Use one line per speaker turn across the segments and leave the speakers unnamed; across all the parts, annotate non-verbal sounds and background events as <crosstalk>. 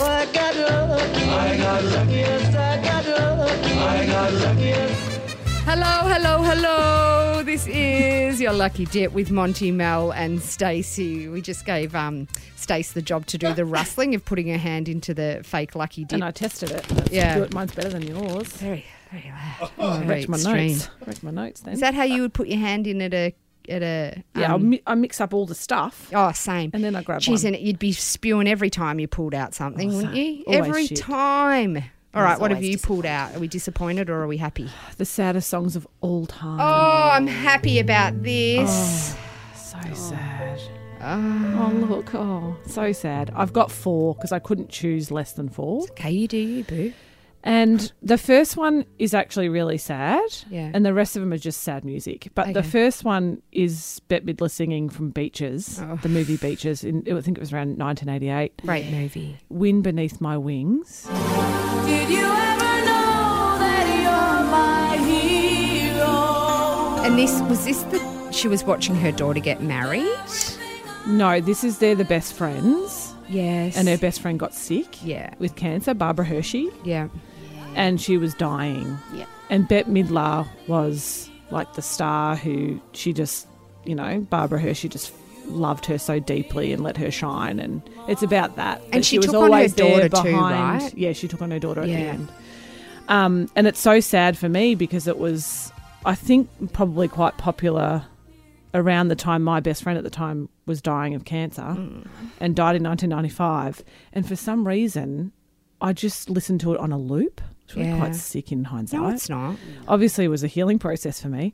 I got lucky. oh, I got lucky. Yes, I got lucky. I got lucky. Yes.
Hello, hello, hello. This is your lucky dip with Monty, Mel, and Stacey. We just gave um, Stace the job to do the rustling of putting her hand into the fake lucky dip.
And I tested it. That's
Yeah.
good. Mine's better than yours.
very, very loud.
I
very
wrecked my
extreme.
notes. I wrecked my notes then.
Is that how you would put your hand in at a at a?
yeah, I'll
um,
mi- I mix up all the stuff.
Oh, same.
And then I grab
Jeez,
one. Oh,
and you'd be spewing every time you pulled out something, wouldn't you?
always
Every
shit.
time. All
I
right,
was
what have
always
you pulled out? Are we disappointed or are we happy?
The saddest songs of all time. Oh,
Oh, I'm happy about this.
So sad. Oh. look. Oh, so sad. I've got four because I couldn't choose less than four.
Okay, you do you, boo.
And the first one is actually really sad.
Yeah.
And the rest of them are just sad music. But the
Okay.
first one is Bette Midler singing from Beaches, the movie Beaches. In, I think it was around 1988.
Great movie.
Wind Beneath My Wings.
Did you ever know that you're my hero?
And this was this the she was watching her daughter get married?
No, this is They're the Best Friends.
Yes.
And her best friend got sick
Yeah.
with cancer, Barbara Hershey,
Yeah.
and she was dying.
Yeah.
And Bette Midler was like the star who she just, you know, Barbara Hershey just loved her so deeply and let her shine. And it's about that. that
she took on her daughter
there
too,
behind-
right?
Yeah, she took on her daughter at the
Yeah.
end. Um, and it's so sad for me because it was, I think, probably quite popular around the time my best friend at the time was dying of cancer
Mm.
and died in 1995. And for some reason, I just listened to it on a loop. It's really
Yeah.
quite sick in hindsight.
No, it's not.
Obviously, it was a healing process for me,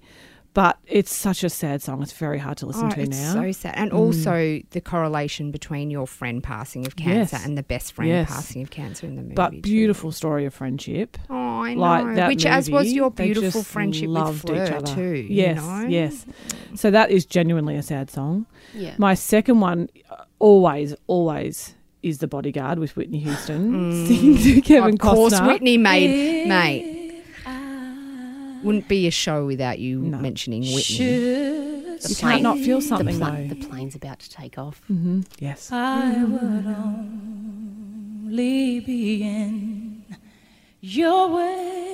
but it's such a sad song. It's very hard to listen
Oh,
to
it's
now. Mm.
so sad. And also the correlation between your friend passing of cancer
Yes.
and the best friend
Yes.
passing of cancer in the movie.
but
too.
beautiful story of friendship.
Oh, I know.
Like that
Which, as was
movie,
your
they
beautiful
just
friendship with
loved
Fleur
each other.
too.
Yes,
you know?
yes. So that is genuinely a sad song.
Yeah.
My second one, uh, always, always, is the Bodyguard with Whitney Houston <laughs> singing to Kevin
Mm. Of course,
Costner.
Whitney made mate. Wouldn't be a show without you
No.
mentioning Whitney.
You can't not feel
The,
something
pla- the
though. Mm-hmm.
plane's about to take off.
Yes.
Ah.
I would only be in your way.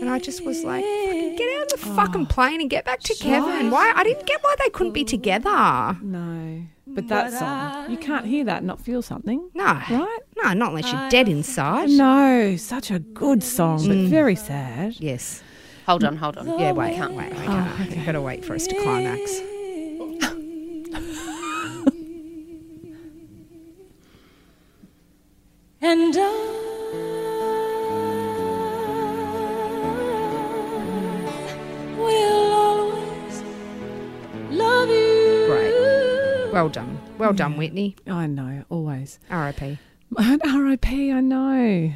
And I just was like, "Fucking get out of the fucking plane and get back to Kevin. Why? I didn't get why they couldn't be together.
No. But that song, you can't hear that and not feel something.
No.
Right?
No, not unless you're dead inside.
No, such a good song, but very sad.
Yes.
Hold on, hold on.
Yeah, wait.
Can't wait.
I can't. I've got to wait for us to climax.
<laughs> And I will always love you.
Great. Well done. Well done, Whitney.
I know, always.
R.I.P.
RIP, I know.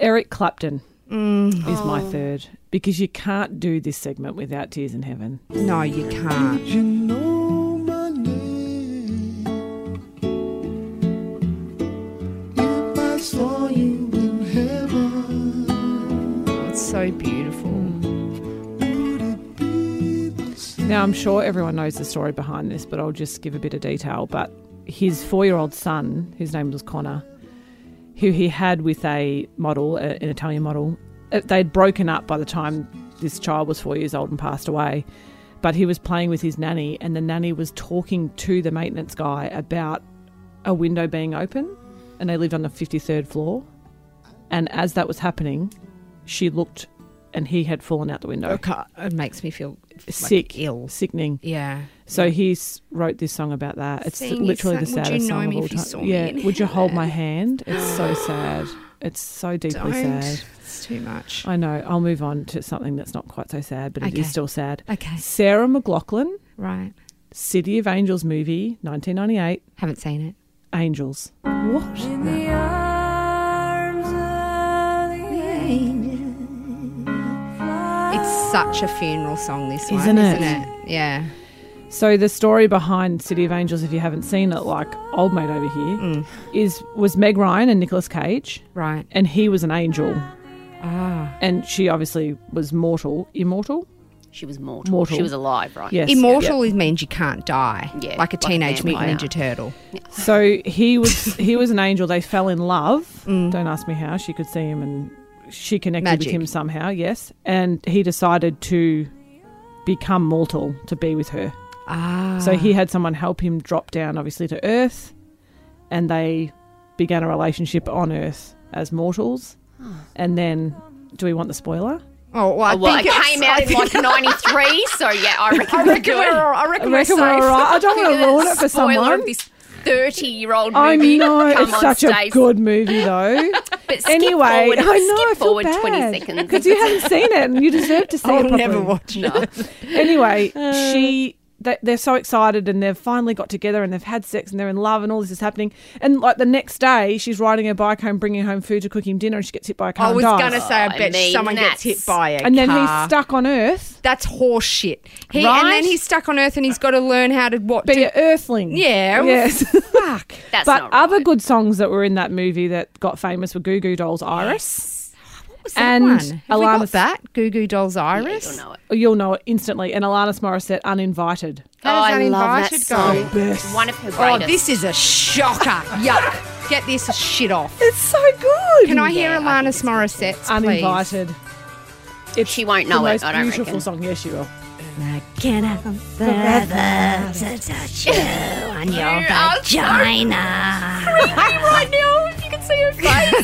Eric Clapton is my third because you can't do this segment without Tears in Heaven.
No, you can't.
You know my name. If I saw you in heaven,
Oh, it's so beautiful.
would it be the same?
Now, I'm sure everyone knows the story behind this, but I'll just give a bit of detail. But his four year old son, whose name was Connor, who he had with a model, a- an Italian model, uh, they'd broken up by the time this child was four years old and passed away. But he was playing with his nanny, and the nanny was talking to the maintenance guy about a window being open, and they lived on the 53rd floor. And as that was happening, she looked and he had fallen out the window.
It makes me feel like,
Sick,
ill.
sickening.
Yeah.
So he s- wrote this song about that. It's
Sing,
literally the
it's like,
saddest
"Would you know
song
me
of all
if you saw
time.
me
Yeah,
in
would you hold my hand? It's so
<gasps>
sad. It's so deeply
Don't.
sad.
It's too much.
I know. I'll move on to something that's not quite so sad, but it
Okay.
is still sad.
Okay.
Sarah McLaughlin,
Right.
City of Angels movie, 1998.
Haven't seen it.
Angels. What?
In the arms of the
It's such a funeral song, this one,
Isn't it?
isn't it? Yeah.
So the story behind City of Angels, if you haven't seen it, like old mate over here, is was Meg Ryan and Nicolas Cage,
Mm. Right.
and he was an angel,
Ah.
and she obviously was mortal, immortal.
She was mortal.
Mortal.
She was alive, right?
Yes.
Immortal is means you can't die, like
Yeah,
a
like a
teenage mutant
vampire.
ninja turtle.
So he was he was an angel. They fell in love.
<laughs> Mm.
Don't ask me how. She could see him and she connected
Magic.
with him somehow. Yes, and he decided to become mortal to be with her.
Ah,
So he had someone help him drop down, obviously to Earth, and they began a relationship on Earth as mortals.
Ah.
And then, do we want the spoiler?
oh, well, I
Oh, well, it
think it's-
came out
I
in
think-
like 93, so yeah,
<laughs>
I reckon,
I
we're
reckon
good.
we're, all- I reckon
I
we're
reckon we're
safe.
all right. I
<laughs>
don't want to ruin it for
Spoiler
someone.
of this 30 year old
I
movie.
know
<laughs> Come
it's
on,
such
Stacey.
a good movie though.
<laughs> But skip
anyway,
forward,
I know.
skip
I feel
forward
bad.
20 seconds.
because you haven't seen it and you
<laughs>
deserve to see
I'll
it. Properly.
never watch it. <laughs>
<laughs>
Uh.
Anyway, she they, they're so excited and they've finally got together and they've had sex and they're in love and all this is happening. And like the next day, she's riding her bike home, bringing home food to cook him dinner, and she gets hit by a car.
I
and
was
dies.
going to say, I
I
bet
mean,
someone gets
that's-
hit by a
and then
car.
he's stuck on Earth,
That's horse shit. He, And then
Right?
he's stuck on Earth and he's got to learn how to what?
be
do-
an Earthling.
Yeah, well, <laughs>
Yes. <laughs> Fuck.
That's
but
not right.
other good songs that were in that movie that got famous were Goo Goo Dolls, Iris.
What was that
and
one? Have we got
Alanis-
that? Goo Goo Dolls Iris?
You'll know it.
You'll know it instantly. And Alanis Morissette, Uninvited.
Oh,
does
I love that
Uninvited go?
song.
Best.
One of her
Oh,
greatest.
this is a shocker. Yuck. Get this shit <laughs> off.
It's so good.
Can I hear
Yeah, I think
Alanis
it's good.
Morissette's, please?
Uninvited. It's
She won't know
the
it,
most
I don't
beautiful
reckon.
song. Yes, she will.
right now, if you can see her face.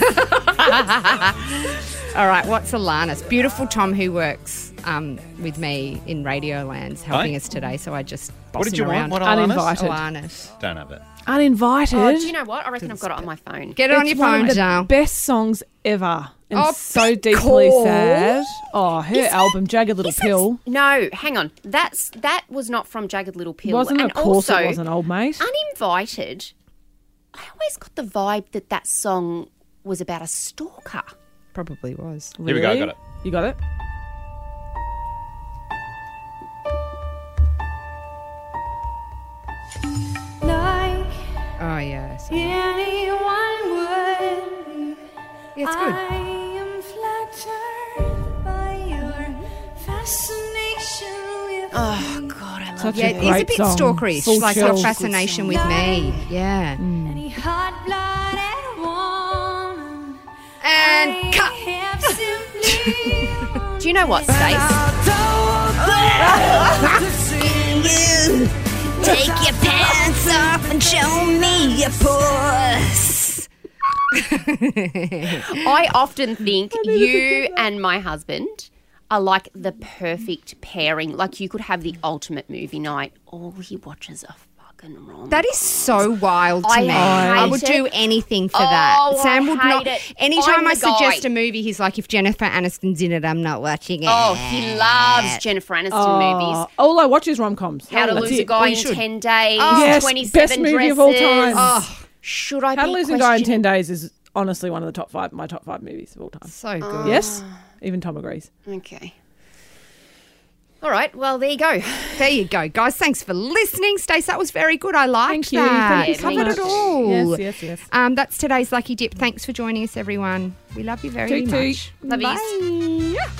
<laughs> All right, what's Alanis? Beautiful Tom, who works um, with me in Radioland's helping
Hi.
us today, so I just boss
What did
him
you want?
around.
What
Uninvited.
Alanis?
Alanis.
Don't have it.
Uninvited.
Oh, do you know what? I reckon I've got it on my phone.
Get it on your
It's one
phone,
of the
Dale.
Best songs ever. And
Oh,
so
Pete
deeply
Cole.
sad. Oh, her album Jagged Little Pill
No, hang on. That's that was not from Jagged Little Pill.
wasn't.
and
of course,
also,
it wasn't, Oh. old mate.
Uninvited. I always got the vibe that that song was about a stalker.
Probably was.
Here we go, I
Really?
got it.
You got it.
Like
Oh, yeah. so-
anyone would,
yeah it's good.
I am flattered by your fascination with
Oh God, I love
Such
Yeah,
a
it
great
is a bit
song.
stalkerish,
Full
like
chill.
your fascination with me. Yeah.
any hot-blooded woman.
And cut.
I have simply
<laughs>
Do you know what, Stace?
Take your pants off and show me your puss.
I often think you and my husband are like the perfect pairing. Like you could have the ultimate movie night. All he watches are fucking wrong.
That is so wild to
I
me.
hate
I would
it.
do anything for
Oh,
that.
I
Sam would
hate
not.
it.
Anytime
I'm
I
the guy.
suggest a movie, he's like, if Jennifer Aniston's in it, I'm not watching it.
Oh, he loves Jennifer Aniston
Oh,
movies.
all I watch is rom coms.
How to Lose a Guy in
should.
10 Days,
Yes,
27
best movie
dresses.
of all time.
Should I
How
be
to Lose a Guy in
questioning-
Ten Days is honestly one of the top five, my top five movies of all time.
So
Ah.
good.
Yes, even Tom agrees.
Okay. All right. Well, there you go.
There you go, guys. Thanks for listening, Stace. That was very good. I liked
Thank you.
that.
Thank you
so
Covered
much.
it all.
Yes, yes, yes.
Um, that's today's lucky dip. Thanks for joining us, everyone. We love you very
Toot toot.
much.
Love you.
Bye.